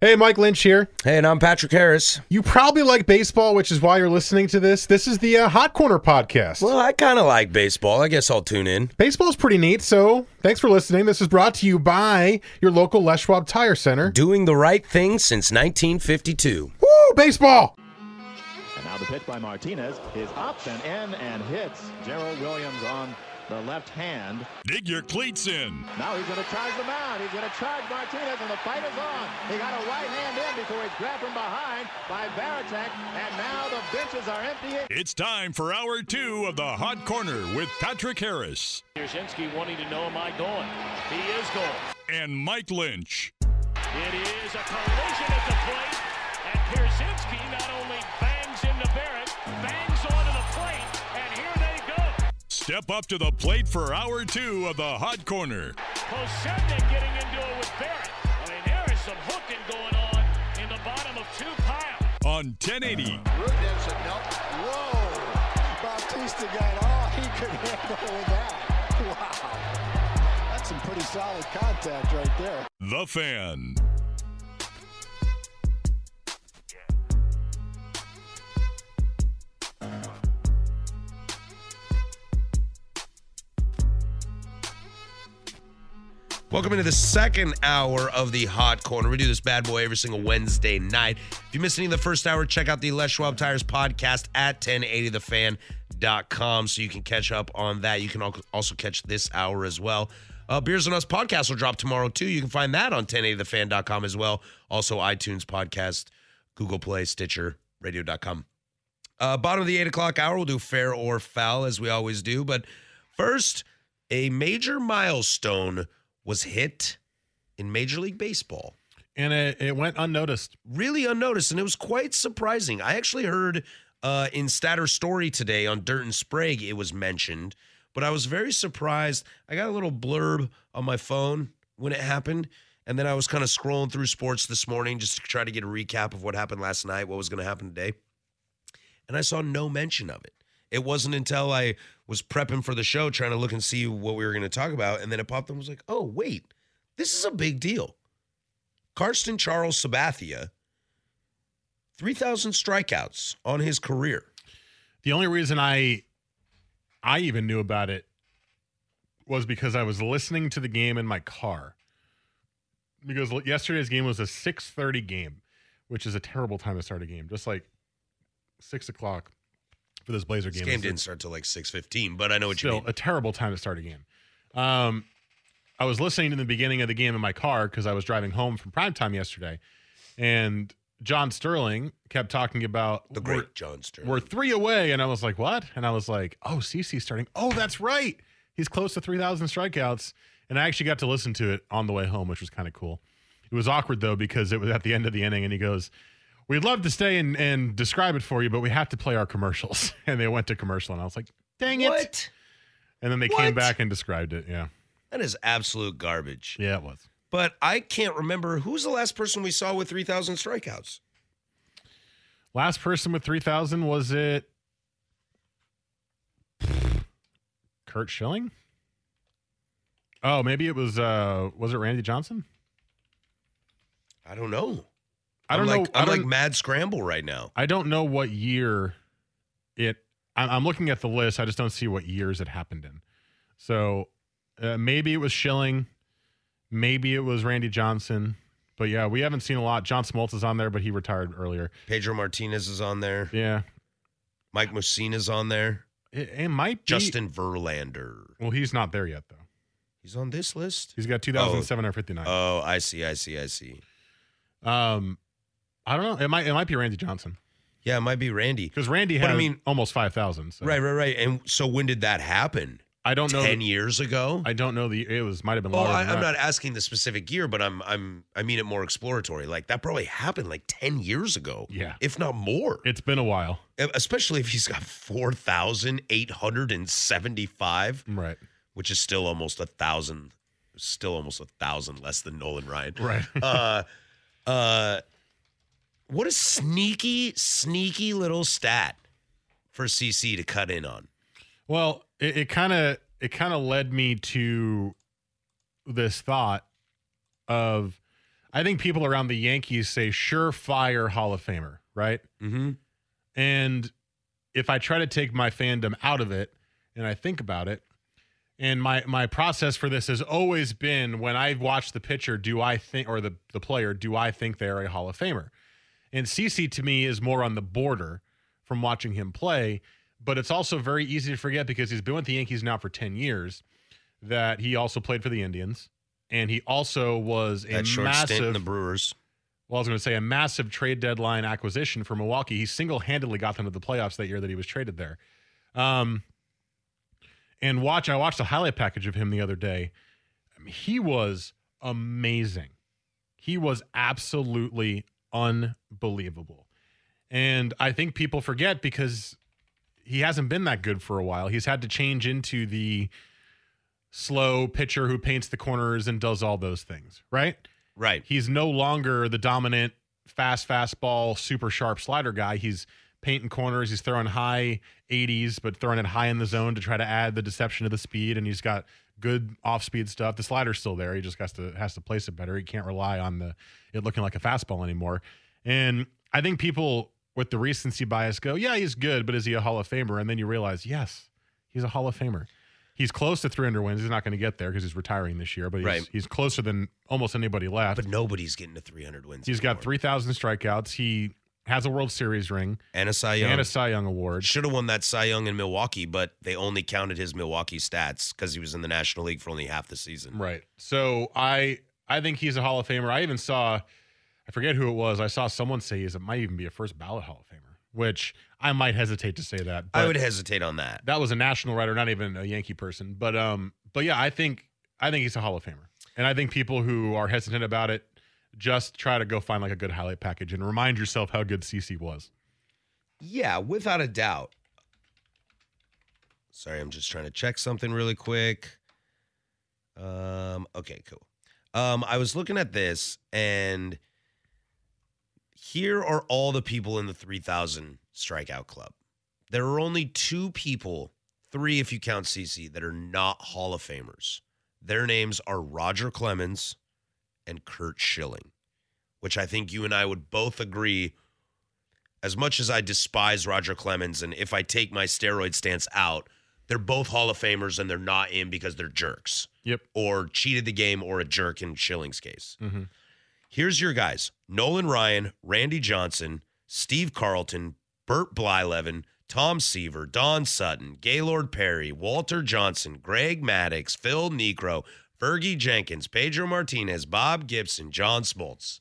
Hey, Mike Lynch here. Hey, and I'm Patrick Harris. You probably like baseball, which is why you're listening to this. This is the uh, Hot Corner podcast. Well, I kind of like baseball. I guess I'll tune in. Baseball's pretty neat, so thanks for listening. This is brought to you by your local Les Schwab Tire Center. Doing the right thing since 1952. Woo, baseball! And now the pitch by Martinez is up and in and hits Gerald Williams on the left hand. Dig your cleats in. Now he's going to charge the mound. He's going to charge Martinez, and the fight is on. He got a right hand in before he's grabbed from behind by Baratek, and now the benches are empty. It's time for hour two of the Hot Corner with Patrick Harris Yashinsky wanting to know, am I going? He is going. and Mike Lynch. It is a collision at the plate, and Pierzynski not only bangs into Barrett, bangs onto the plate, and here they go. Step up to the plate for hour two of the Hot Corner. Posada getting into it with Barrett. I mean, there is some hooking going on in the bottom of two pile. on 1080 Whoa! Bautista got all he could handle with that. Wow. That's some pretty solid contact right there. The Fan. Welcome into the second hour of the Hot Corner. We do this bad boy every single Wednesday night. If you missed any of the first hour, check out the Les Schwab Tires podcast at 1080thefan.com so you can catch up on that. You can al- also catch this hour as well. Uh, Beers and Us podcast will drop tomorrow too. You can find that on 1080thefan.com as well. Also, iTunes podcast, Google Play, Stitcher, radio.com. Uh, bottom of the eight o'clock hour, we'll do fair or foul as we always do. But first, a major milestone was hit in Major League Baseball. And it, it went unnoticed. Really unnoticed, and it was quite surprising. I actually heard uh, in Statter Story today on Dirt and Sprague, it was mentioned, but I was very surprised. I got a little blurb on my phone when it happened. And then I was kind of scrolling through sports this morning just to try to get a recap of what happened last night, what was going to happen today and I saw no mention of it. It wasn't until I was prepping for the show, trying to look and see what we were going to talk about, and then it popped up. and was like, "Oh wait, this is a big deal." Karsten Charles Sabathia, three thousand strikeouts on his career. The only reason I I even knew about it was because I was listening to the game in my car. Because l- yesterday's game was a 6:30 game, which is a terrible time to start a game. Just like six o'clock for this Blazer This game. game It's- didn't start till like six fifteen, but I know what you still mean. a terrible time to start a game. Um, I was listening to the beginning of the game in my car because I was driving home from primetime yesterday, and John Sterling kept talking about The we're, great John Sterling. we're three away, and I was like, what? And I was like, oh, CC's starting. Oh, that's right. He's close to three thousand strikeouts, and I actually got to listen to it on the way home, which was kind of cool. It was awkward though because it was at the end of the inning, and he goes. We'd love to stay and, and describe it for you, but we have to play our commercials. And they went to commercial, and I was like, dang it. what? And then they What? came back and described it. Yeah. That is absolute garbage. Yeah, it was. But I can't remember who's the last person we saw with three thousand strikeouts. Last person with 3,000, was it Kurt Schilling? Oh, maybe it was, uh was it Randy Johnson? I don't know. I don't am know. Like, I'm I don't, like mad scramble right now. I don't know what year it, I'm, I'm looking at the list. I just don't see what years it happened in. So uh, maybe it was Schilling. Maybe it was Randy Johnson. But yeah, we haven't seen a lot. John Smoltz is on there, but he retired earlier. Pedro Martinez is on there. Yeah. Mike Mussina's on there. It, it might be. Justin Verlander. Well, he's not there yet, though. He's on this list. He's got 2,759. Oh, I see, I see, I see. uh, um, I don't know. It might it might be Randy Johnson Yeah, it might be Randy. because Randy But I had mean- almost 5,000. So. Right, right, right. And so when did that happen? I don't know. ten years ago. I don't know the. It was might have been well, longer. I, than I'm that. not asking the specific year, but I'm I'm I mean it more exploratory. Like that probably happened like ten years ago. Yeah. if not more. E, It's been a while, Especially if he's got four thousand eight hundred and seventy-five, right? which is still almost a thousand, still almost a thousand less than Nolan Ryan. Right. uh, uh, what a sneaky, sneaky little stat for CC to cut in on. Well, it, it kind of it kind of led me to this thought of I think people around the Yankees say surefire Hall of Famer, right? Mm-hmm. And if I try to take my fandom out of it and I think about it, and my my process for this has always been when I watch the pitcher, do I think or the the player, do I think they are a Hall of Famer? And CC to me is more on the border from watching him play, but it's also very easy to forget because he's been with the Yankees now for 10 years that he also played for the Indians and he also was a That short stint in massive the Brewers. well, I was going to say a massive trade deadline acquisition for Milwaukee. He single handedly got them to the playoffs that year that he was traded there. Um, and watch, I watched a highlight package of him the other day. I mean, he was amazing. He was absolutely unbelievable. And I think people forget because he hasn't been that good for a while. He's had to change into the slow pitcher who paints the corners and does all those things, right? Right. he's no longer the dominant fast fastball super sharp slider guy he's painting corners he's throwing high 80s but throwing it high in the zone to try to add the deception to the speed and he's got good off-speed stuff the slider's still there he just has to has to place it better he can't rely on the it looking like a fastball anymore and i think people with the recency bias go yeah he's good but is he a hall of famer and then you realize yes he's a hall of famer he's close to 300 wins he's not going to get there because he's retiring this year but he's, Right. he's closer than almost anybody left But nobody's getting to 300 wins. He's got anymore. 3,000 strikeouts. He has a World Series ring And a Cy Young. and a Cy Young Award. Should have won that Cy Young in Milwaukee, but they only counted his Milwaukee stats because he was in the National League for only half the season. Right. So I I think he's a Hall of Famer. I even saw, I forget who it was. I saw someone say he's it might even be a first ballot Hall of Famer, which I might hesitate to say that. But I would hesitate on that. that was a national writer, not even a Yankee person. But um, but yeah, I think I think he's a Hall of Famer, and I think people who are hesitant about it just try to go find like a good highlight package and remind yourself how good CC was. Yeah, without a doubt. Sorry, I'm just trying to check something really quick. Um, okay, cool. Um, I was looking at this, and here are all the people in the 3,000 strikeout club. There are only two people, three if you count CC, that are not Hall of Famers. Their names are Roger Clemens and Kurt Schilling, which I think you and I would both agree as much as I despise Roger Clemens, and if I take my steroid stance out, they're both Hall of Famers and they're not in because they're jerks Yep. or cheated the game or a jerk in Schilling's case. Mm-hmm. Here's your guys Nolan Ryan, Randy Johnson, Steve Carlton, Burt Blylevin, Tom Seaver, Don Sutton, Gaylord Perry, Walter Johnson, Greg Maddox, Phil Negro, Fergie Jenkins, Pedro Martinez, Bob Gibson, John Smoltz.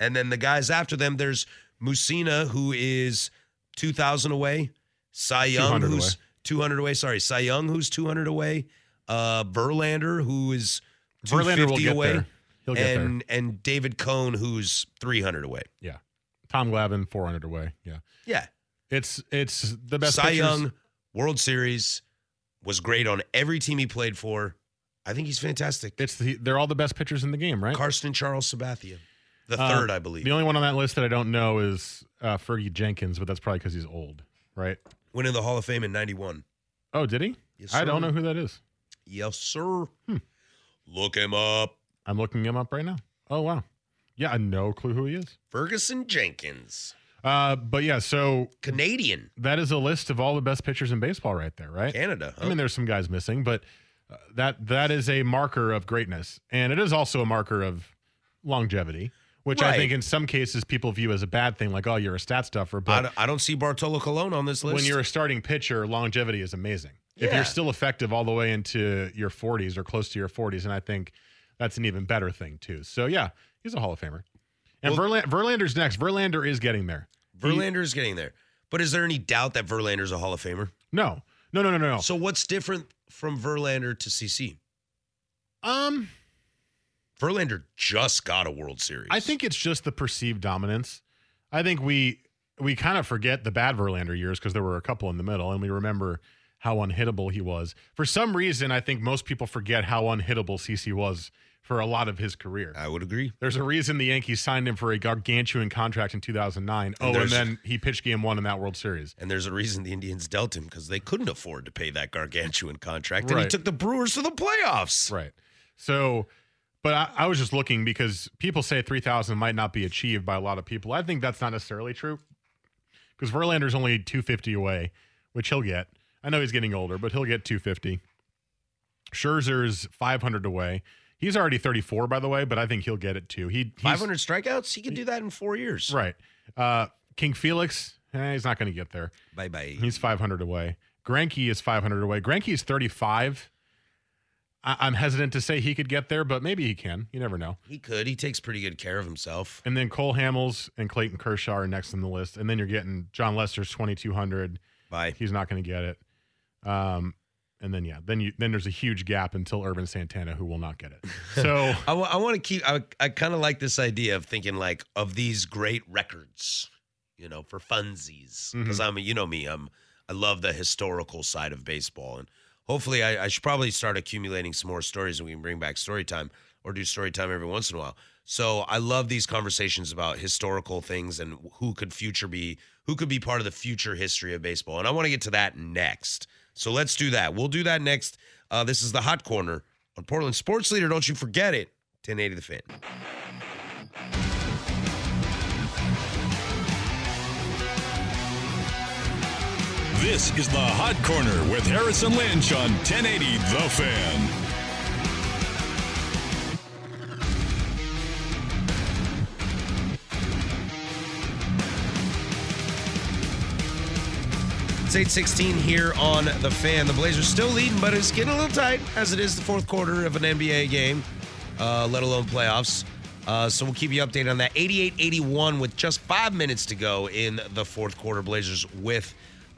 And then the guys after them, there's Musina, who is 2,000 away, Cy Young, 200 who's away. 200 away, sorry, Cy Young, who's 200 away, uh, Verlander, who is Verlander 250 will get away there. He'll get there. and and David Cohn, who's 300 away. Tom Glavine, 400 away. Yeah. Yeah, It's it's the best. Cy pitchers- Young, World Series, was great on every team he played for. I think he's fantastic. It's the, they're all the best pitchers in the game, right? Carson Charles Sabathia, the Uh, third, I believe. The only one on that list that I don't know is uh, Fergie Jenkins, but that's probably because he's old, right? Went in the Hall of Fame in '91. Oh, did he? Yes, I sir. don't know who that is. Yes, sir. Hmm. Look him up. I'm looking him up right now. Oh wow, yeah, I have no clue who he is. Ferguson Jenkins, Uh, but yeah, so Canadian, that is a list of all the best pitchers in baseball, right there, right? Canada. Huh? I mean, there's some guys missing, but uh, that that is a marker of greatness, and it is also a marker of longevity, which I Right. think in some cases people view as a bad thing, like oh, you're a stat stuffer. I, But don't, I don't see Bartolo Colon on this list. when you're a starting pitcher, longevity is amazing. If Yeah. you're still effective all the way into your 40s or close to your 40s, and I think that's an even better thing too. So yeah, he's a Hall of Famer. And Verla- Verlander's next. Verlander is getting there. Verlander is getting there, but is there any doubt that Verlander's a Hall of Famer? No, no, no, no, no. no. So what's different from Verlander to CC? Um, Verlander just got a World Series. I think it's just the perceived dominance. I think we we kind of forget the bad Verlander years because there were a couple in the middle, and we remember how unhittable he was. For some reason, I think most people forget how unhittable CC was for a lot of his career. I would agree. There's a reason the Yankees signed him for a gargantuan contract in 2009. Oh, and there's- then he pitched game one in that World Series. And there's a reason the Indians dealt him because they couldn't afford to pay that gargantuan contract. And he Right. took the Brewers to the playoffs. Right. So, but I, I was just looking because people say 3,000 might not be achieved by a lot of people. I think that's not necessarily true because Verlander's only 250 away, which he'll get. I know he's getting older, but he'll get 250. Scherzer's 500 away. He's already 34, by the way, but I think he'll get it too. He he's- 500 strikeouts? He could do that in four years. Right. Uh, King Felix, eh, he's not going to get there. Bye bye. He's 500 away. Granke is 500 away. Granke is 35. I- I'm hesitant to say he could get there, but maybe he can. You never know. He could. He takes pretty good care of himself. And then Cole Hamels and Clayton Kershaw are next on the list. And then you're getting John Lester's 2200. Bye. He's not going to get it. Um, and then yeah, then you then there's a huge gap until Urban Santana, who will not get it. So I want to keep, I, I kind of like this idea of thinking like of these great records, you know, for funsies. Mm-hmm. Because I'm, you know me, I'm, I love the historical side of baseball. And hopefully I, I should probably start accumulating some more stories and we can bring back story time or do story time every once in a while. So I love these conversations about historical things and who could future be, who could be part of the future history of baseball. And I want to get to that next. So let's do that. We'll do that next. Uh, this is the hot corner on Portland Sports Leader. Don't you forget it. 1080 the fan. This is the Hot Corner with Harrison Lynch on 1080 The Fan. It's 816 here on the fan. The Blazers still leading, but it's getting a little tight as it is the fourth quarter of an NBA game, uh, let alone playoffs. Uh, so we'll keep you updated on that. 88 81 with just five minutes to go in the fourth quarter. Blazers with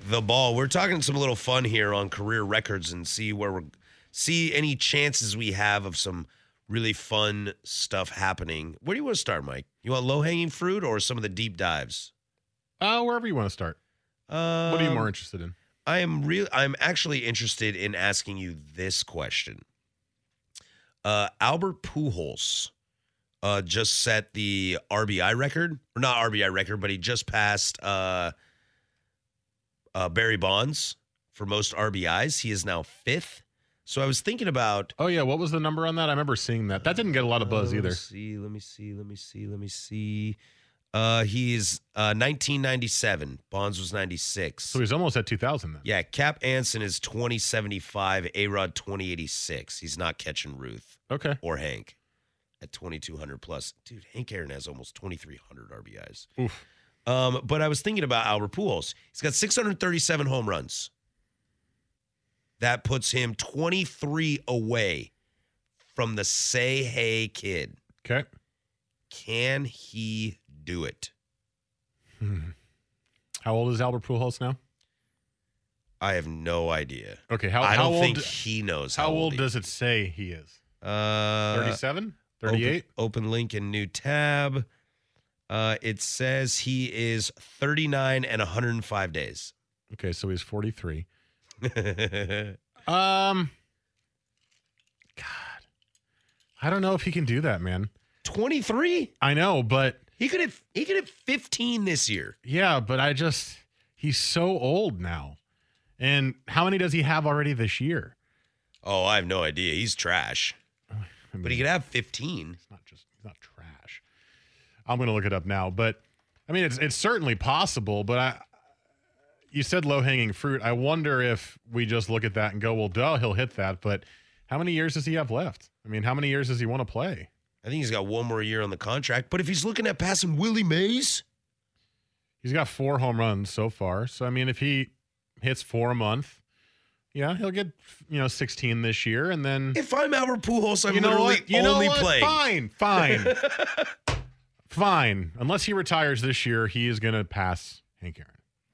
the ball. We're talking some little fun here on career records and see where we're see any chances we have of some really fun stuff happening. Where do you want to start, Mike? You want low hanging fruit or some of the deep dives? uh, wherever you want to start, Um, what are you more interested in? I am real. I'm actually interested in asking you this question. Uh, Albert Pujols uh, just set the RBI record, or not RBI record, but he just passed uh, uh, Barry Bonds for most RBIs. He is now fifth. So I was thinking about. Oh yeah, what was the number on that? I remember seeing that. That didn't get a lot of buzz Uh, either. Let me see. Let me see. Let me see. Let me see. Uh, he is uh, 1997. Bonds was 96. So he's almost at 2,000 then. Yeah, Cap Anson is 2075, A Rod 2086. He's not catching Ruth Okay. or Hank at 2200 plus. Dude, Hank Aaron has almost 2300 RBIs. Oof. Um, but I was thinking about Albert Pujols. He's got 637 home runs. That puts him 23 away from the Say Hey kid. Okay. Can he do it? How old is Albert Pujols now? I have no idea. Okay. How, I how don't old? think he knows how, how, old he- does it say he is? uh, 37, Open- 38. Open, link in new tab. Uh, it says he is 39 and 105 days. Okay, so he's 43. That's Um, God, I don't know if he can do that, man. 23. I know, but He could have he could have 15 this year. yeah, but I just he's so old now. And how many does he have already this year? Oh, I have no idea. He's trash. I But he mean, could have 15. it's not just he's not trash. I'm gonna look it up now, but I mean, it's it's certainly possible. But I, you said low hanging fruit. I wonder if we just look at that and go, well, duh, he'll hit that. But how many years does he have left? I mean, how many years does he want to play? I think he's got one more year on the contract. But if he's looking at passing Willie Mays, He's got four home runs so far. So I mean, if he hits four a month, yeah, he'll get you know 16 this year, and then if I'm Albert Pujols, I'm you know literally what? You know only what? Fine, playing. fine, fine. Unless he retires this year, he is going to pass Hank Aaron.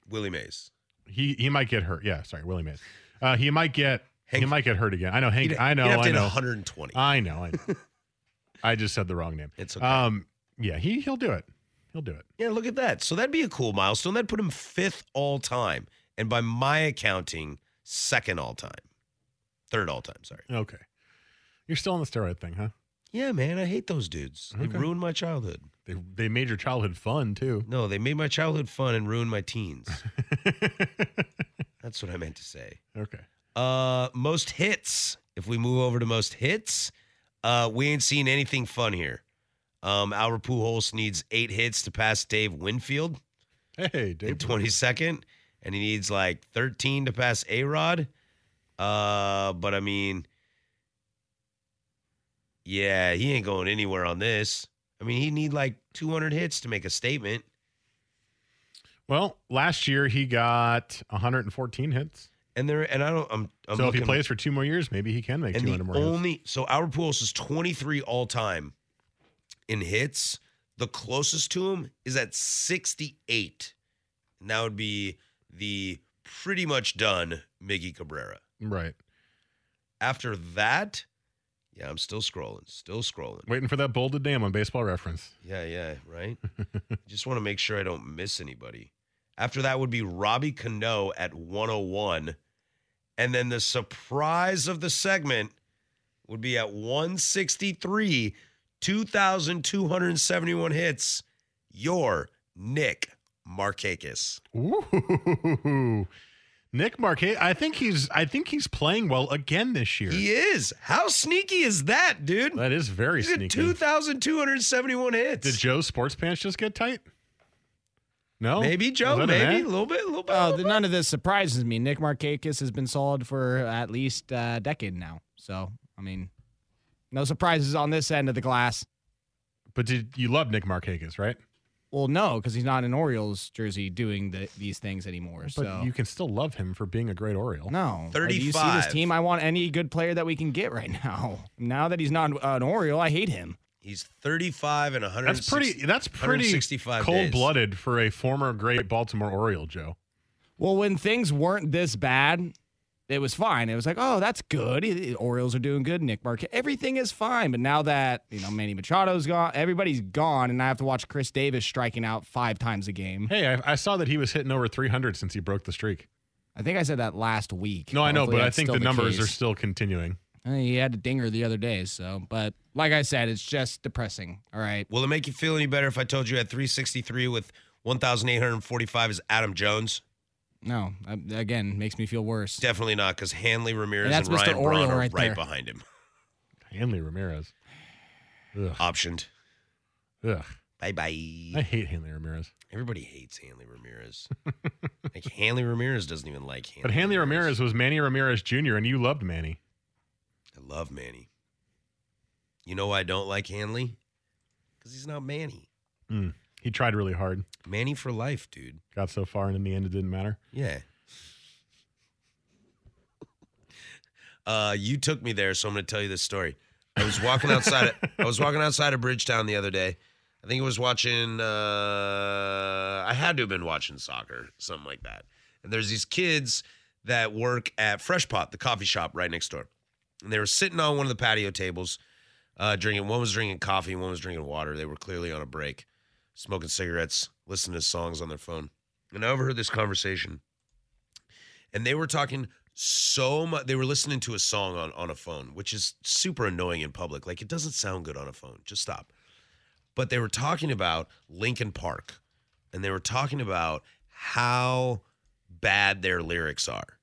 Willie Mays. He he might get hurt. Yeah, sorry, Willie Mays. Uh, he might get Hank, he might get hurt again. I know, Hank. he'd- I know. He'd have to I hit know. 120. I know. I know. I just said the wrong name. It's okay. Um, yeah, he he'll do it. He'll do it. yeah, look at that. So that'd be a cool milestone. That'd put him fifth all time, and by my accounting, second all time, third all time. Sorry. Okay. You're still on the steroid thing, huh? Yeah, man, I hate those dudes. They Okay. ruined my childhood. They they made your childhood fun too. No, they made my childhood fun and ruined my teens. That's what I meant to say. okay. Uh, most hits. If we move over to most hits, uh, we ain't seen anything fun here. Um, our Pujols needs eight hits to pass Dave Winfield Hey, in Dave. 22nd, and he needs like 13 to pass A Rod. Uh, but I mean, yeah, he ain't going anywhere on this. I mean, he need like 200 hits to make a statement. Well, last year he got 114 hits. And there, and I don't. I'm. I'm so if he looking- plays for two more years, maybe he can make and 200 the more. hits. only so our Pujols is 23 all time in hits. The closest to him is at 68. And that would be the pretty much done Miggy Cabrera. Right. After that, yeah, I'm still scrolling, still scrolling. Waiting for that bolded name on Baseball Reference. Yeah, yeah, right. Just want to make sure I don't miss anybody. After that would be Robbie Cano at 101. And then the surprise of the segment would be at 163, 2,271 hits. Your Nick Markakis. Ooh. Nick Marquez. I think he's I think he's playing well again this year. He is. How sneaky is that, dude? That is very He's sneaky. at 2,271 hits. Did Joe's sports pants just get tight? No. maybe, Joe, Was Oh. that Oh, an maybe. A ad? little bit, a little bit. Well, Uh, none of this surprises me. Nick Markakis has been solid for at least a decade now. So, I mean, no surprises on this end of the glass. But did you love Nick Marquez, right? Well, no, because he's not in Orioles jersey doing the, these things anymore. But so, you can still love him for being a great Oriole. no. Like, you see 35. this team? I want any good player that we can get right now. Now that he's not an Oriole, I hate him. He's 35 and 100. That's pretty. That's pretty 165 days. cold-blooded for a former great Baltimore Oriole, Joe. Well, when things weren't this bad, it was fine. It was like, oh, that's good. The Orioles are doing good. Nick Marquez, everything is fine. But now that you know Manny Machado's gone, everybody's gone, and I have to watch Chris Davis striking out five times a game. Hey, I, I saw that he was hitting over 300 since he broke the streak. I think I said that last week. No, I know, Hopefully but I that's think still the, numbers are case. still continuing. Uh, He had a dinger the other day, so. But like I said, it's just depressing. All right. Will it make you feel any better if I told you at 363 with 1,845 is Adam Jones? No, uh, again, makes me feel worse. Definitely not, because Hanley Ramirez And and, that's Mr. Ryan Braun Oriole are right, right there. behind him. Hanley Ramirez. Ugh. Optioned. Ugh. Bye I bye. hate Hanley Ramirez. Everybody hates Hanley Ramirez. like Hanley Ramirez doesn't even like Hanley. But Hanley Ramirez was Manny Ramirez Jr., and you loved Manny. I love Manny. You know why I don't like Hanley? Because he's not Manny. Mm. He tried really hard, Manny for life, dude. got so far, and in the end, it didn't matter. Yeah. Uh, you took me there, so I'm going to tell you this story. I was walking outside. I was walking outside of Bridgetown the other day. I think I was watching. Uh, I had to have been watching soccer, something like that. And there's these kids that work at Fresh Pot, the coffee shop right next door, and they were sitting on one of the patio tables, uh, drinking. One was drinking coffee, one was drinking water. They were clearly on a break, smoking cigarettes, listening to songs on their phone. And I overheard this conversation and they were talking so much they were listening to a song on on a phone which is super annoying in public like it doesn't sound good on a phone just stop but they were talking about Lincoln Park and they were talking about how bad their lyrics are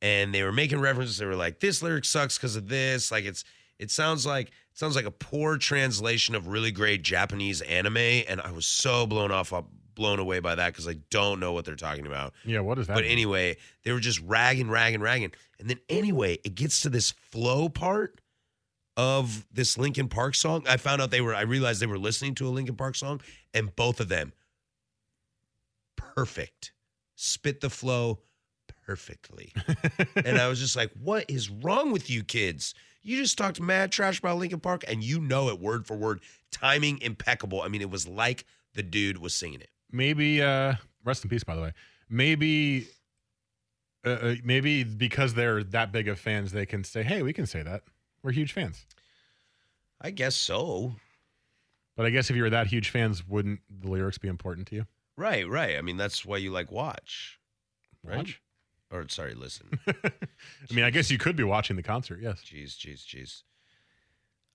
and they were making references they were like this lyric sucks cuz of this like it's it sounds like it sounds like a poor translation of really great Japanese anime and I was so blown off blown away by that cuz I don't know what they're talking about Yeah, what is that? but mean? anyway, they were just ragging, ragging, ragging. And then anyway, it gets to this flow part of this Linkin Park song. I found out they were, I realized they were listening to a Linkin Park song, and both of them perfect. Spit the flow perfectly. and I was just like, what is wrong with you kids? You just talked mad trash about Linkin Park and you know it word for word. Timing impeccable. I mean, it was like the dude was singing it. maybe uh rest in peace by the way maybe uh, uh, maybe because they're that big of fans, they can say, "Hey, we can say that. We're huge fans." I guess so. But I guess if you were that huge fans, wouldn't the lyrics be important to you? Right, right. I mean, that's why you like watch, right? Watch. Or sorry, listen. I mean, I guess you could be watching the concert. Yes. jeez, jeez, jeez.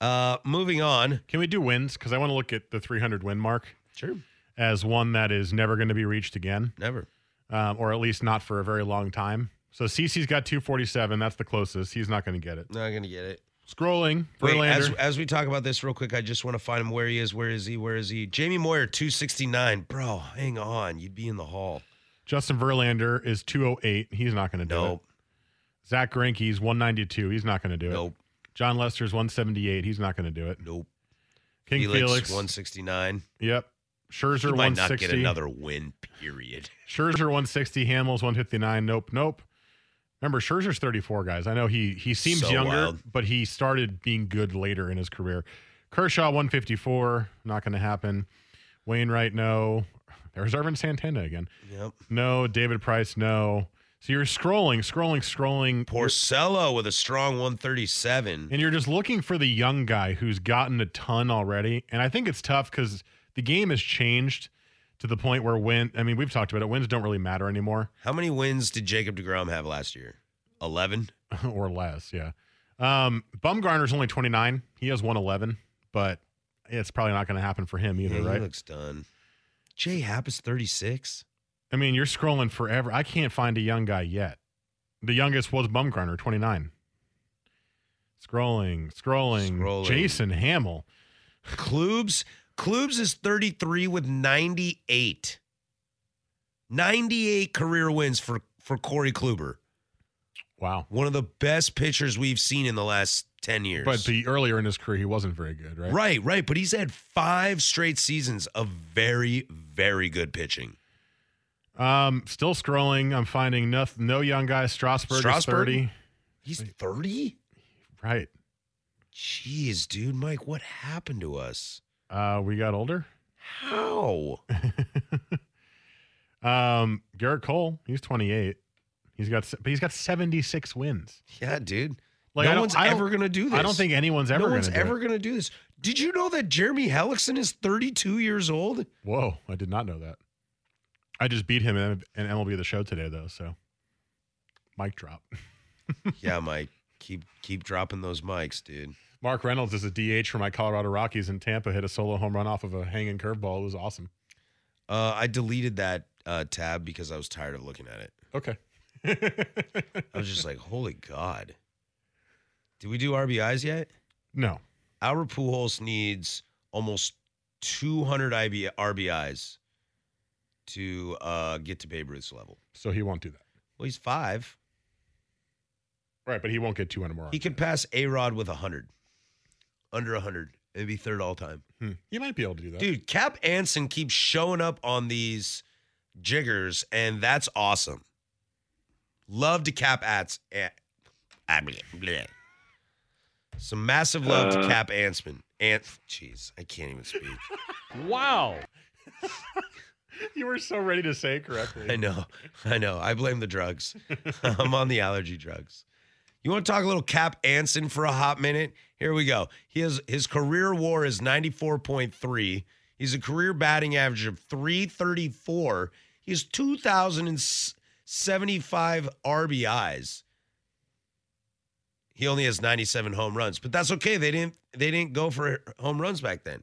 Uh, moving on. Can we do wins? Because I want to look at the 300 win mark Sure. as one that is never going to be reached again, Never. um, or at least not for a very long time. So CC's got 247. That's the closest. He's not going to get it. Not gonna get it. Scrolling. Wait, as, Verlander. as we talk about this real quick, I just want to find him where he is. Where is he? Where is he? Jamie Moyer, 269. Bro, hang on. You'd be in the hall. Justin Verlander is 208. He's not going to do it. Nope. Zach Greinke's 192. He's not going to do it. Nope. John Lester's 178. He's not going to do it. Nope. King Felix, Felix. 169. Yep. Scherzer He might not get 160. another win, period. Scherzer 160. Hamels 159. Nope. Nope. Remember, Scherzer's 34, guys. I know he he seems So younger, wild. but he started being good later in his career. Kershaw 154. Not going to happen. Wainwright, no. There's Irvin Santana again. Yep. No. David Price, no. So you're scrolling, scrolling, scrolling. Porcello with a strong 137. and you're just looking for the young guy who's gotten a ton already. And I think it's tough because the game has changed to the point where win. I mean, we've talked about it. Wins don't really matter anymore, How many wins did Jacob DeGrom have last year? 11. or less. Yeah. Um, Bumgarner's only 29. He has 111, but it's probably not going to happen for him either, Yeah, right? He looks done. Jay Happ is 36. I mean, you're scrolling forever. I can't find a young guy yet. The youngest was Bumgarner, 29. Scrolling, scrolling. Scrolling. Jason Hamill. Klubs, Klubs is 33 with 98. 98 career wins for for Corey Kluber. Wow. One of the best pitchers we've seen in the last 10 years. But the earlier in his career, he wasn't very good, right? right, right, but he's had 5 straight seasons of very very good pitching. Um, still scrolling. I'm finding nothing. No young guy. Strasburg, Strasburg? is 30. He's 30? Right. Jeez, dude, Mike, what happened to us? Uh, we got older. How? um, Garrett Cole. He's 28. He's got, se- but he's got 76 wins. Yeah, dude. Like, I no don't- one's I don't- ever going to do this. I don't think anyone's ever. no one's gonna do ever it. going to do this. Did you know that Jeremy Hellickson is 32 years old? Whoa, I did not know that. I just beat him in in MLB the Show today, though. So, mic drop. yeah, Mike, keep keep dropping those mics, dude. Mark Reynolds is a DH for my Colorado Rockies in Tampa. Hit a solo home run off of a hanging curveball. It was awesome. Uh, I deleted that uh, tab because I was tired of looking at it. Okay. I was just like, holy god. Did we do RBIs yet? no. Our Pujols needs almost 200 IB- RBIs to uh, get to Babe Ruth's level. So he won't do that. Well, he's five. Right, but he won't get 200 more. He could pass A Rod with 100, under 100. It'd be third all time. Hmm. He might be able to do that. Dude, Cap Anson keeps showing up on these jiggers, and that's awesome. Love to Cap Ats. eh, ah, bleh, bleh. Some massive love to Cap Ansman. Ant, jeez, I can't even speak. Wow. You were so ready to say it correctly. I know, I know. I blame the drugs. I'm on the allergy drugs. You want to talk a little Cap Anson for a hot minute? Here we go. His his career WAR is 94.3. He's a career batting average of 334. He has 2,075 RBIs. He only has 97 home runs, but that's okay. They didn't they didn't go for home runs back then.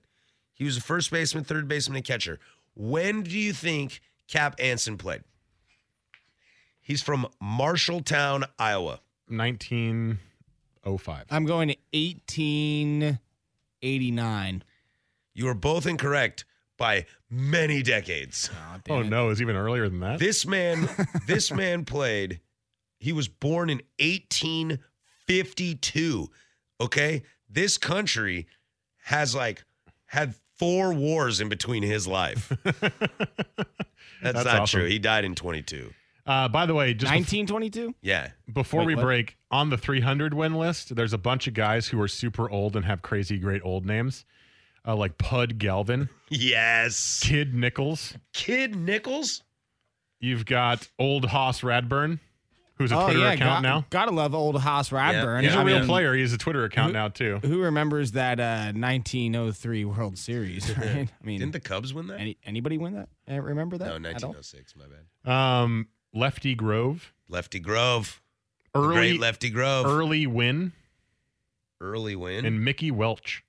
He was a first baseman, third baseman, and catcher. When do you think Cap Anson played? He's from Marshalltown, Iowa. 1905. I'm going to 1889. You are both incorrect by many decades. Oh no, it's even earlier than that. This man, this man played. He was born in 1852. Okay, this country has like had four wars in between his life. That's, That's not awesome. true. He died in 22. Uh, by the way, just bef- 1922? Yeah. before Wait, we what? break, on the 300 win list, there's a bunch of guys who are super old and have crazy great old names, uh, like Pud Galvin, Yes. Kid Nichols. Kid Nichols. You've got Old Hoss Radburn, who's a Twitter account Oh, got- now. Gotta love old Haas Radburn. He's Yeah, a I real mean- player. He has a Twitter account now too. Who remembers that uh, 1903 World Series? Right? I mean, Didn't the Cubs win that? any, anybody win that? Uh, Remember that? no, at all? 1906. My bad. Um, Lefty Grove, Lefty Grove. The early great Lefty Grove. early Early, win, win. and Mickey Welch.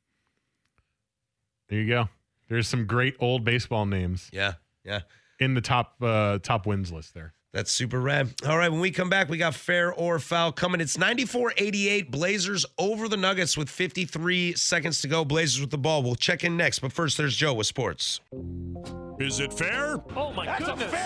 There you go. There's some great old baseball names yeah, yeah. in the top uh, top wins list there. That's super rad. All right, when we come back, we got fair or foul coming. It's 94-88 Blazers over the Nuggets with 53 seconds to go. Blazers with the ball. We'll check in next, but first there's Joe with sports. Is it fair Oh my goodness.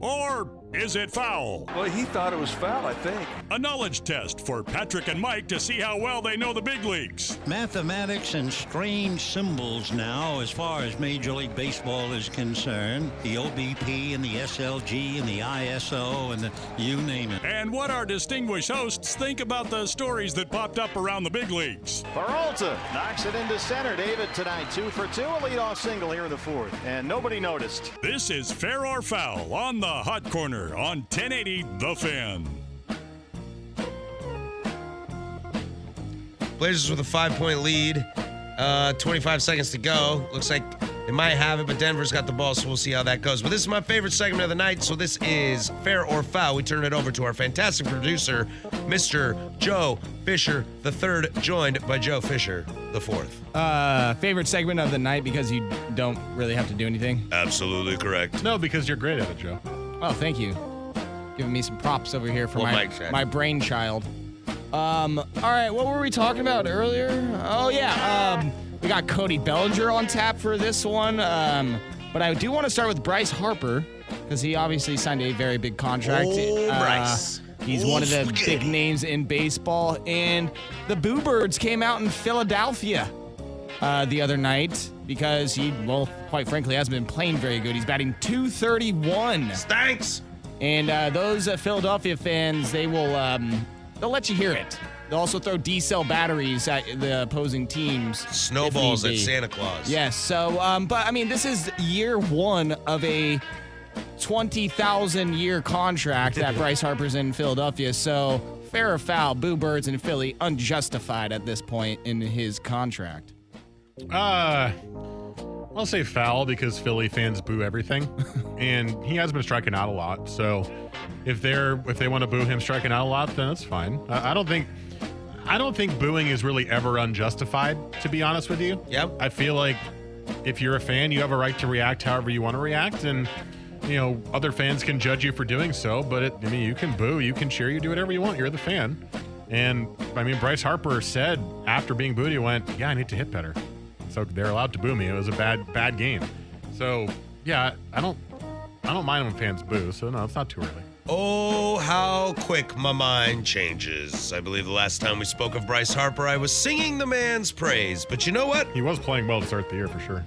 or is it foul? Well, he thought it was foul, I think. A knowledge test for Patrick and Mike to see how well they know the big leagues. Mathematics and strange symbols now, as far as Major League Baseball is concerned. The OBP and the SLG and the ISO and the you name it. And what our distinguished hosts think about the stories that popped up around the big leagues. Peralta knocks it into center. David tonight, two for two, a leadoff single here in the fourth, and nobody noticed. This is Fair or Foul on the Hot Corner on 1080 The Fan. Blazers with a five-point lead. Uh, 25 seconds to go. Looks like they might have it, but Denver's got the ball, so we'll see how that goes. But this is my favorite segment of the night, so this is fair or foul. We turn it over to our fantastic producer, Mr. Joe Fisher the third, joined by Joe Fisher the fourth. Uh, favorite segment of the night because you don't really have to do anything. Absolutely correct. No, because you're great at it, Joe. Oh, thank you. Giving me some props over here for Well, my Mike said. my brainchild. Um, all right, what were we talking about earlier? Oh yeah, um, we got Cody Bellinger on tap for this one. Um, but I do want to start with Bryce Harper because he obviously signed a very big contract. Oh, Uh, Bryce. He's Oh, one of the spaghetti. big names in baseball, and the Boo Birds came out in Philadelphia uh, the other night because he, well, quite frankly, hasn't been playing very good. He's batting 231. Thanks. And uh, those uh, Philadelphia fans, they will um, they'll let you hear it. They'll also throw D cell batteries at the opposing teams. if Snowballs need at be. Santa Claus. Yes. So, um, but I mean, this is year one of a twenty thousand year contract that Bryce Harper's in Philadelphia. So, fair or foul, Boo Birds in Philly unjustified at this point in his contract. Uh, I'll say foul because Philly fans boo everything, and he has been striking out a lot. So if they're if they want to boo him striking out a lot, then that's fine. I, I don't think I don't think booing is really ever unjustified. To be honest with you, Yep. I feel like if you're a fan, you have a right to react however you want to react, and you know other fans can judge you for doing so. But it, I mean, you can boo, you can cheer, you do whatever you want. You're the fan, and I mean, Bryce Harper said after being booed, he went, "Yeah, I need to hit better." So they're allowed to boo me. It was a bad, bad game. So yeah, I don't, I don't mind when fans boo. So no, it's not too early. Oh, how quick my mind changes. I believe the last time we spoke of Bryce Harper, I was singing the man's praise. But you know what? He was playing well to start the year for sure.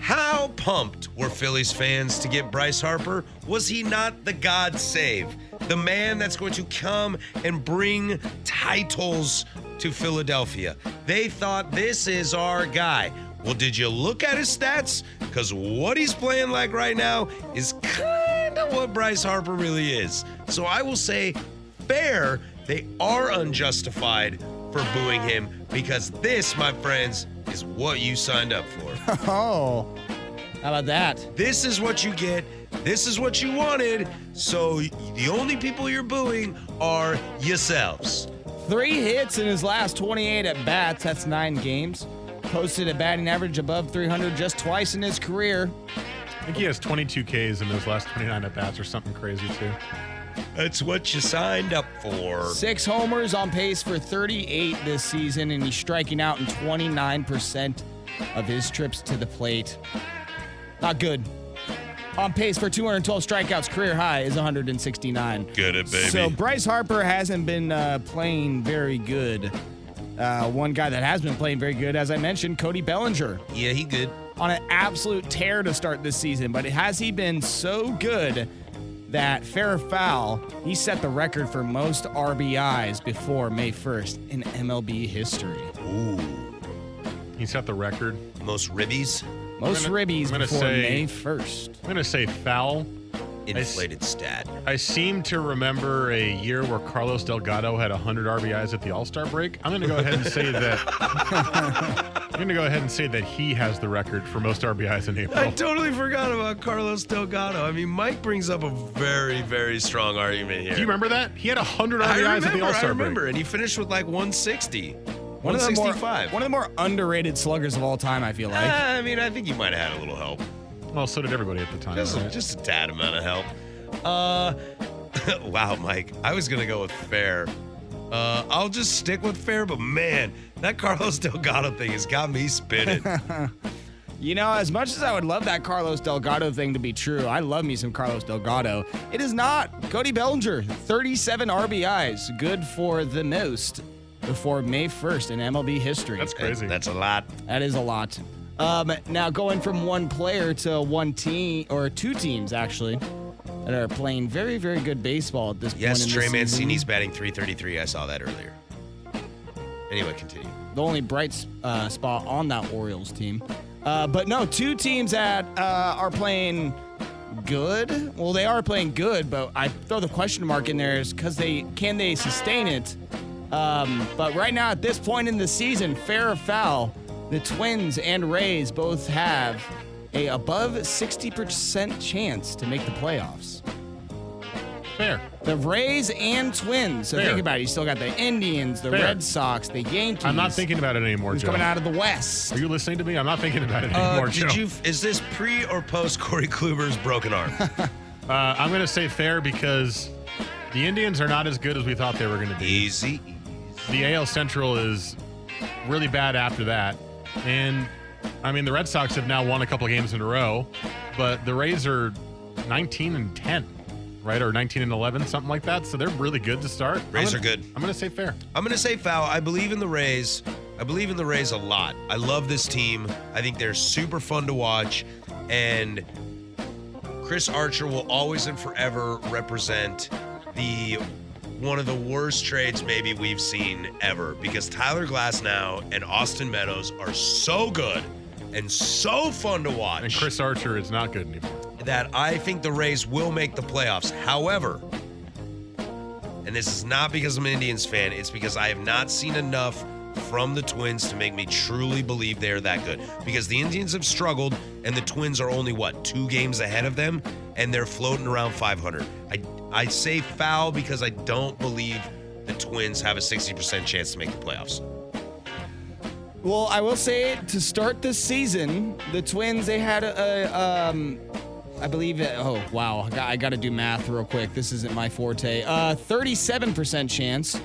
How pumped were Phillies fans to get Bryce Harper? Was he not the God save? The man that's going to come and bring titles to Philadelphia. They thought this is our guy. Well, did you look at his stats? Because what he's playing like right now is kind of what Bryce Harper really is. So I will say, fair, they are unjustified for booing him because this, my friends, is what you signed up for. Oh, how about that? This is what you get. This is what you wanted. So the only people you're booing are yourselves. Three hits in his last 28 at bats. That's nine games. Posted a batting average above 300 just twice in his career. I think he has 22 Ks in those last 29 at bats or something crazy too. That's what you signed up for. Six homers on pace for 38 this season, and he's striking out in 29% of his trips to the plate. Not good. On pace for 212 strikeouts, career high is 169. Get it, baby. So Bryce Harper hasn't been uh, playing very good. Uh, one guy that has been playing very good, as I mentioned, Cody Bellinger. yeah, he good. on an absolute tear to start this season, but has he been so good that fair or foul, he set the record for most RBIs before May 1st in MLB history. Ooh. He set the record. Most ribbies. Most gonna- ribbies I'm gonna before say- May 1st. I'm gonna say foul inflated stat. I seem to remember a year where Carlos Delgado had 100 RBIs at the All Star break. I'm going to go ahead and say that. I'm going to go ahead and say that he has the record for most RBIs in April. I totally forgot about Carlos Delgado. I mean, Mike brings up a very, very strong argument here. Do you remember that? He had 100 RBIs I at the remember, All I Star break. remember, and he finished with like 160, One of, the more, 165. one of the more underrated sluggers of all time, I feel like. Ah, I mean, I think he might have had a little help. Well, so did everybody at the time. Just, right? just a tad amount of help. Uh, wow, Mike. I was gonna go with fair. Uh, I'll just stick with fair, but man, that Carlos Delgado thing has got me spinning. You know, as much as I would love that Carlos Delgado thing to be true, I love me some Carlos Delgado. It is not. Cody Bellinger, 37 RBIs, good for the most before May 1st in MLB history. That's crazy. That's a lot. That is a lot. Um, now going from one player to one team or two teams actually that are playing very very good baseball at this Yes, point. in the Trey season. Mancini's batting 333. I saw that earlier. Anyway, continue. the only bright uh, spot on that Orioles team. Uh, but no, two teams that uh, are playing good. Well, they are playing good, but I throw the question mark in there is because they can they sustain it. Um, but right now, at this point in the season, fair or foul, the Twins and Rays both have a above 60% chance to make the playoffs. fair. The Rays and Twins. So Fair. think about it. You still got the Indians, the Fair. Red Sox, the Yankees. I'm not thinking about it anymore, Who's Joe. coming out of the West? Are you listening to me? I'm not thinking about it Uh, anymore, Joe. did you? Is this pre or post Corey Kluber's broken arm? Uh, I'm going to say fair because the Indians are not as good as we thought they were going to be. Easy. The AL Central is really bad after that. And I mean, the Red Sox have now won a couple games in a row, but the Rays are 19 and 10, right? Or 19 and 11, something like that. So they're really good to start. I'm Rays gonna- are good. I'm going to say fair. I'm gonna say foul. I believe in the Rays. I believe in the Rays a lot. I love this team. I think they're super fun to watch, and Chris Archer will always and forever represent the one of the worst trades maybe we've seen ever because Tyler Glass now and Austin Meadows are so good and so fun to watch And Chris Archer is not good anymore. that I think the Rays will make the playoffs. However, and this is not because I'm an Indians fan, it's because I have not seen enough from the Twins to make me truly believe they're that good. Because the Indians have struggled, and the Twins are only, what, two games ahead of them, and they're floating around 500. I, I say foul because I don't believe the Twins have a 60% chance to make the playoffs. Well, I will say to start this season, the Twins they had a, a um, I believe it. Oh wow, I got, I got to do math real quick. This isn't my forte. Uh, 37% chance.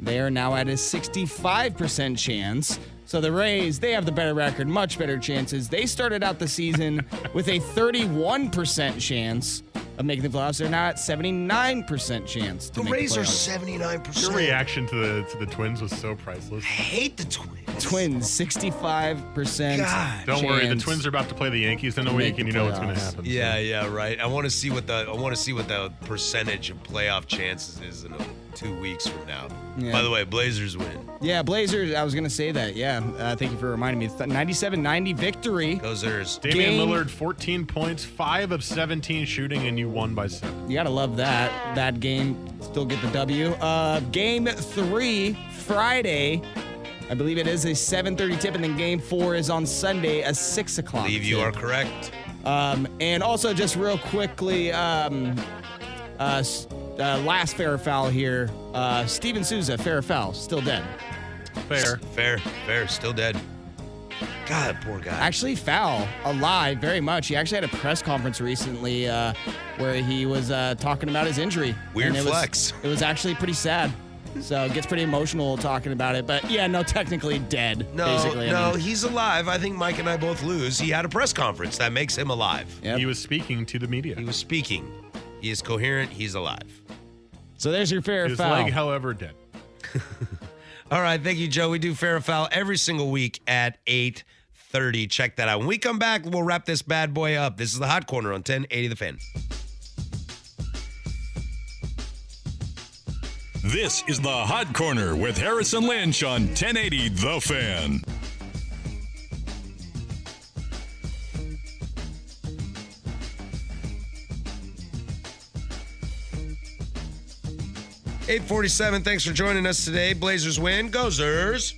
They are now at a 65% chance. So the Rays, they have the better record, much better chances. They started out the season with a 31% chance of making the playoffs. They're now at 79% chance. To The make Rays the are playoffs. 79%. Your reaction to the to the Twins was so priceless. I hate the Twins. Twins, 65%. God. Don't worry, the chance. Twins are about to play the Yankees in a Make week, and the you know what's going to playoffs. happen. so. Yeah, yeah, right. I want to see what the I want to see what the percentage of playoff chances is in a, two weeks from now. Yeah. By the way, Blazers win. Yeah, Blazers. I was going to say that. Yeah. Uh, thank you for reminding me. 97 90 victory. Gozers. Damian Game- Lillard, 14 points, 5 of 17 shooting, and you won by 7. You got to love that. That game. Still get the W. Uh, game three, Friday. I believe it is a 7:30 tip, and then game four is on Sunday, a six o'clock. Believe you tip. are correct. Um, and also, just real quickly, um, uh, s- uh, last fair or foul here. Uh, Steven Souza, fair or foul, still dead. Fair. Fair, fair. Still dead. God, poor guy. actually foul alive very much. He actually had a press conference recently uh, where he was uh, talking about his injury. Weird it flex. Was, it was actually pretty sad. So it gets pretty emotional talking about it. But yeah, no, technically dead. no, basically. I no, mean, he's alive. I think Mike and I both lose. He had a press conference that makes him alive. yep. He was speaking to the media. He was speaking. He is coherent. He's alive. so there's your fair His foul. leg, however, dead. All right, thank you, Joe. We do fair or foul every single week at eight thirty. Check that out. When we come back, we'll wrap this bad boy up. This is the Hot Corner on 1080 The Fan. This is the Hot Corner with Harrison Lynch on 1080 The Fan. 847, thanks for joining us today. Blazers win. Gozers.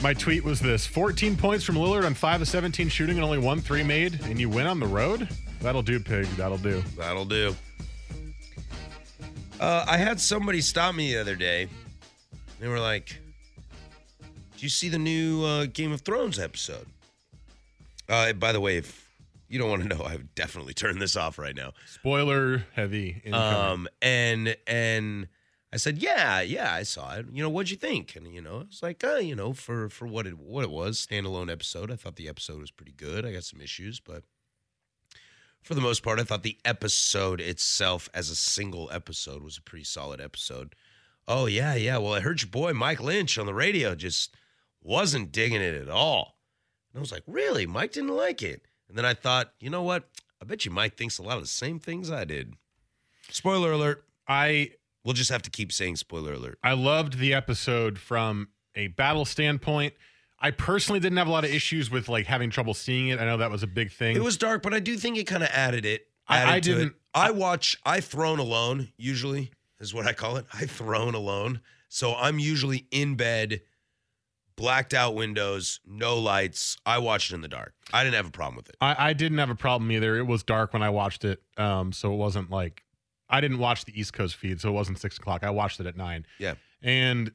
My tweet was this 14 points from Lillard on 5 of 17 shooting and only one three made, and you win on the road? That'll do, pig. That'll do. That'll do. Uh, I had somebody stop me the other day. They were like, "Do you see the new uh, Game of Thrones episode?" Uh, by the way, if you don't want to know, I would definitely turn this off right now. Spoiler heavy. incoming. Um, and and I said, "Yeah, yeah, I saw it. You know, what'd you think?" And you know, I was like, uh, you know, for for what it what it was, standalone episode. I thought the episode was pretty good. I got some issues, but for the most part, I thought the episode itself, as a single episode, was a pretty solid episode. Oh yeah, yeah. Well, I heard your boy Mike Lynch on the radio just wasn't digging it at all, and I was like, "Really? Mike didn't like it?" And then I thought, you know what? I bet you Mike thinks a lot of the same things I did. Spoiler alert. I We'll just have to keep saying spoiler alert. I loved the episode from a battle standpoint. I personally didn't have a lot of issues with like having trouble seeing it. I know that was a big thing. It was dark, but I do think it kind of added it. I- added I to it. didn't- I watch. I throne alone usually is what I call it. I throne alone. So I'm usually in bed, blacked out windows, no lights. I watch it in the dark. I didn't have a problem with it. I, I didn't have a problem either. It was dark when I watched it, um, so it wasn't like I didn't watch the East Coast feed, so it wasn't six o'clock. I watched it at nine. Yeah. and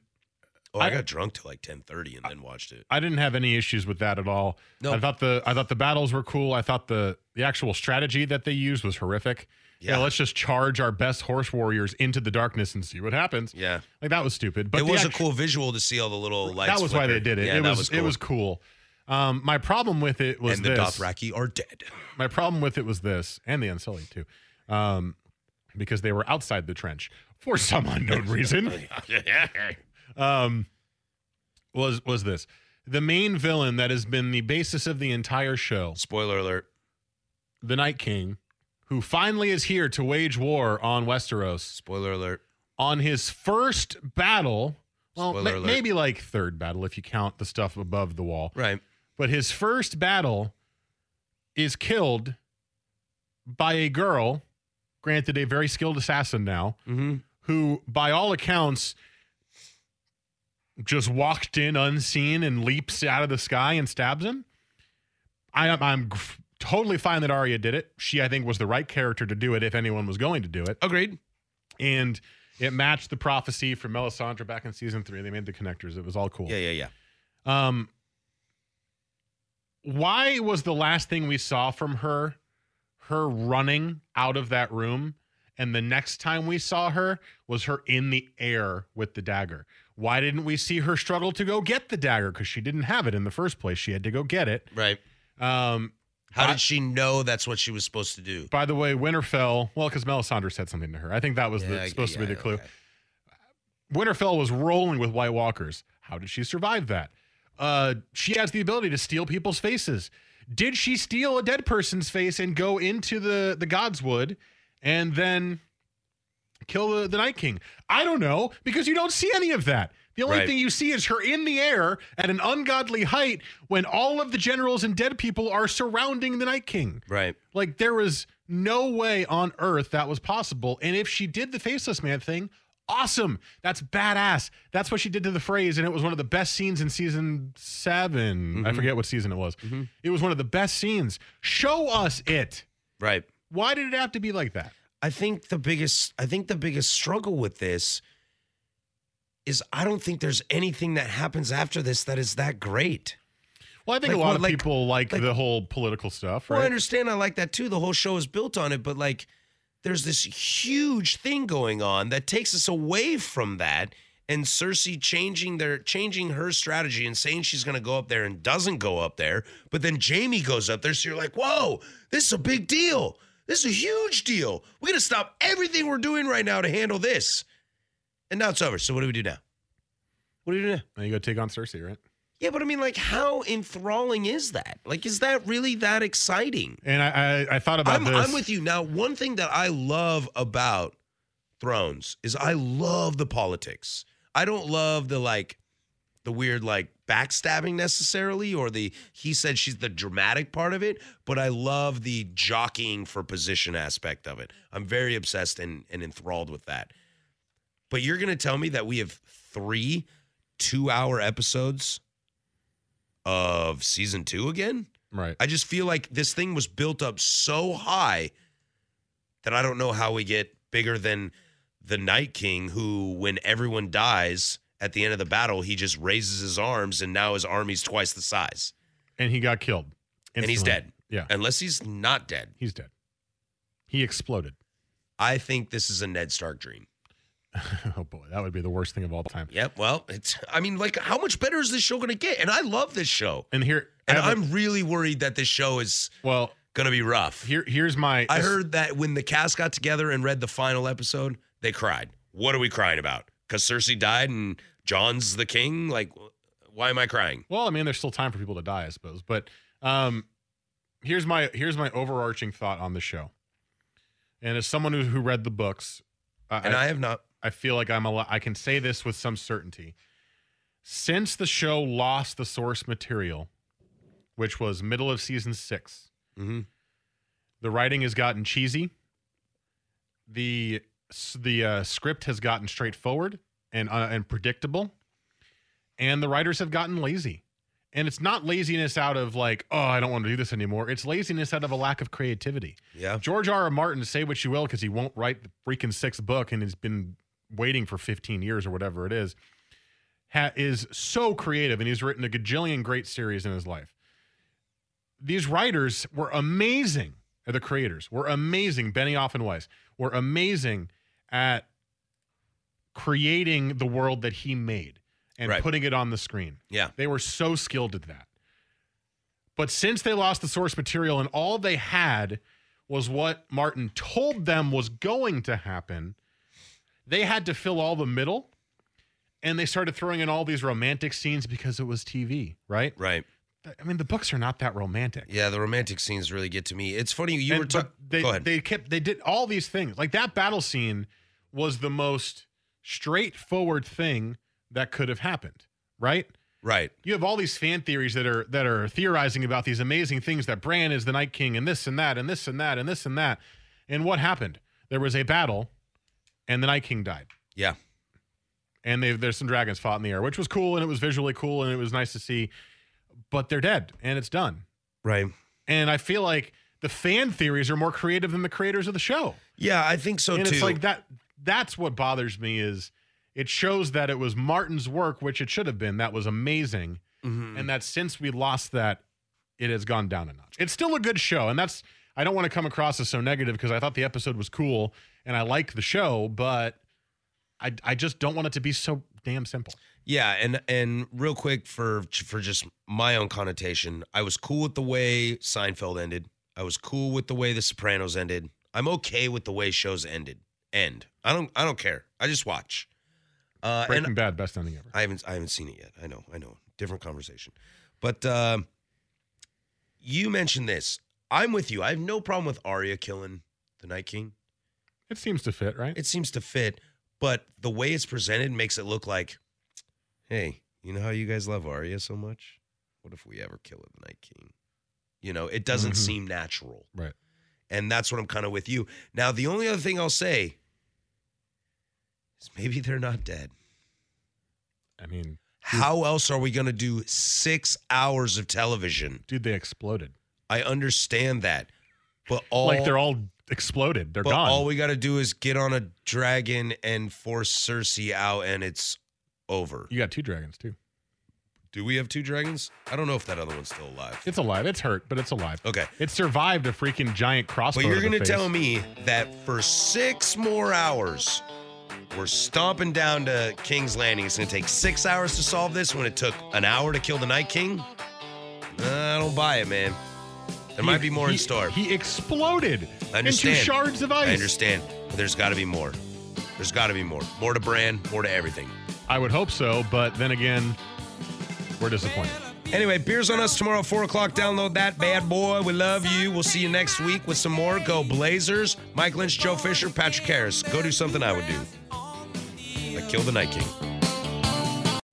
Oh, I, I- got drunk till like 10:30 and then watched it. I didn't have any issues with that at all. No. I thought the I thought the battles were cool. I thought the the actual strategy that they used was horrific. You know, Yeah. let's just charge our best horse warriors into the darkness and see what happens. Yeah, Like that was stupid. But it the was act- a cool visual to see all the little lights. That was why they flicker. did it. Yeah, it that was, it cool. was cool. Um, my problem with it was and the this Dothraki are dead. my problem with it was this, and the Unsullied too, um, because they were outside the trench for some unknown reason. um, was was this the main villain that has been the basis of the entire show, Spoiler alert. the Night King, who finally is here to wage war on Westeros Spoiler alert. on his first battle. Well, Spoiler ma- alert. maybe like third battle if you count the stuff above the wall. Right. But his first battle is killed by a girl, granted a very skilled assassin now, Mm-hmm. who by all accounts just walked in unseen and leaps out of the sky and stabs him. I, I'm g- totally fine that Arya did it. She, I think, was the right character to do it if anyone was going to do it. Agreed. And it matched the prophecy from Melisandre back in season three. They made the connectors. It was all cool. Yeah, yeah, yeah. Um, why was the last thing we saw from her her running out of that room? And the next time we saw her was her in the air with the dagger. Why didn't we see her struggle to go get the dagger? Because she didn't have it in the first place. She had to go get it. Right. Um, How I- did she know that's what she was supposed to do? by the way, Winterfell, well, because Melisandre said something to her. I think that was Yeah, the, supposed to yeah, be the clue. okay. Winterfell was rolling with White Walkers. How did she survive that? Uh, she has the ability to steal people's faces. Did she steal a dead person's face and go into the the Godswood and then kill the, the Night King? I don't know because you don't see any of that. The only Right. thing you see is her in the air at an ungodly height when all of the generals and dead people are surrounding the Night King. Right. Like there was no way on earth that was possible. And if she did the faceless man thing, awesome. That's badass. That's what she did to the phrase, and it was one of the best scenes in season 7 Mm-hmm. I forget what season it was. It was one of the best scenes. Show us it. Right. Why did it have to be like that? I think the biggest I think the biggest struggle with this is I don't think there's anything that happens after this that is that great. Well, I think Like, a lot what- of like- people like, like- the whole political stuff, Well, I right? understand I like that too. The whole show is built on it, but like there's this huge thing going on that takes us away from that. And Cersei changing their changing her strategy and saying she's gonna go up there and doesn't go up there, but then Jamie goes up there, so you're like, whoa, this is a big deal. This is a huge deal. We gotta stop everything we're doing right now to handle this. And now it's over. So what do we do now? What do we do now? and you go take on Cersei, right? Yeah, but I mean, like, how enthralling is that? Like, is that really that exciting? And I, I, I thought about I'm, this. I'm with you. Now, one thing that I love about Thrones is I love the politics. I don't love the like the weird like backstabbing necessarily or the he said she's the dramatic part of it, but I love the jockeying for position aspect of it. I'm very obsessed and, and enthralled with that. But you're going to tell me that we have three two hour episodes of season two again? Right. I just feel like this thing was built up so high that I don't know how we get bigger than the Night King, who, when everyone dies at the end of the battle, he just raises his arms and now his army's twice the size. And he got killed. And he's instantly. dead. Yeah. Unless he's not dead. He's dead. He exploded. I think this is a Ned Stark dream. oh boy, that would be the worst thing of all time. Yep. Well, it's. I mean, like, how much better is this show going to get? And I love this show, And here and I have a- I'm really worried that this show is well, going to be rough. here here's my I this- heard that when the cast got together and read the final episode, they cried. What are we crying about? Because Cersei died and John's the king. Like, why am I crying? Well, I mean, there's still time for people to die, I suppose. But um, here's my here's my overarching thought on the show. And as someone who, who read the books, I, And I, I have not. I feel like I'm a lot, I can say this with some certainty. Since the show lost the source material, which was middle of season six, Mm-hmm. the writing has gotten cheesy. The the uh, script has gotten straightforward and uh, and predictable, and the writers have gotten lazy. And it's not laziness out of like, oh, I don't want to do this anymore. It's laziness out of a lack of creativity. Yeah. George R. R. Martin, say what you will, because he won't write the freaking sixth book and has been waiting for 15 years or whatever it is, ha- is so creative and he's written a gajillion great series in his life. These writers were amazing. or The creators were amazing. Benioff and Weiss were amazing at creating the world that he made and Right. putting it on the screen. Yeah. They were so skilled at that. But since they lost the source material and all they had was what Martin told them was going to happen, they had to fill all the middle and they started throwing in all these romantic scenes because it was TV, right? Right. I mean, the books are not that romantic. Yeah. The romantic scenes really get to me. It's funny. You And- were but talking. They, Go ahead. they kept they did all these things. Like that battle scene was the most straightforward thing that could have happened, right? right. you have all these fan theories that are that are theorizing about these amazing things that Bran is the Night King and this and that and this and that and this and that. And what happened? There was a battle, and the Night King died. Yeah. And they, there's some dragons fought in the air, which was cool and it was visually cool and it was nice to see. But they're dead and it's done. Right. And I feel like the fan theories are more creative than the creators of the show. Yeah, I think so and too. it's like that. That's what bothers me is it shows that it was Martin's work, which it should have been. That was amazing Mhm. and that since we lost that, it has gone down a notch. It's still a good show, and that's I don't want to come across as so negative because I thought the episode was cool and I like the show, but I I just don't want it to be so damn simple. Yeah, and and real quick for for just my own connotation, I was cool with the way Seinfeld ended. I was cool with the way The Sopranos ended. I'm okay with the way shows ended. End. I don't I don't care. I just watch. Uh, Breaking and Bad, best ending ever. I haven't I haven't seen it yet. I know I know. Different conversation, but uh, you mentioned this. I'm with you. I have no problem with Arya killing the Night King. It seems to fit, right? It seems to fit, but the way it's presented makes it look like, hey, you know how you guys love Arya so much? What if we ever kill the Night King? You know, it doesn't Mhm. seem natural. Right. And that's what I'm kind of with you. Now, the only other thing I'll say is maybe they're not dead. I mean, How else are we going to do six hours of television? dude, they exploded. I understand that, but all like they're all exploded. They're but gone. all we got to do is get on a dragon and force Cersei out, and it's over. you got two dragons too. Do we have two dragons? I don't know if that other one's still alive. It's alive. It's hurt, but it's alive. Okay. It survived a freaking giant crossbow. But you're going to the face. tell me that for six more hours, we're stomping down to King's Landing. It's going to take six hours to solve this when it took an hour to kill the Night King? Nah, I don't buy it, man. There might be more he, in store. He exploded I into understand. shards of ice. I understand. But there's got to be more. There's got to be more. More to Bran, more to everything. I would hope so, but then again, we're disappointed. Anyway, beers on us tomorrow, 4 o'clock. Download that bad boy. We love you. We'll see you next week with some more Go Blazers. Mike Lynch, Joe Fisher, Patrick Harris. Go do something I would do. Like kill the Night King.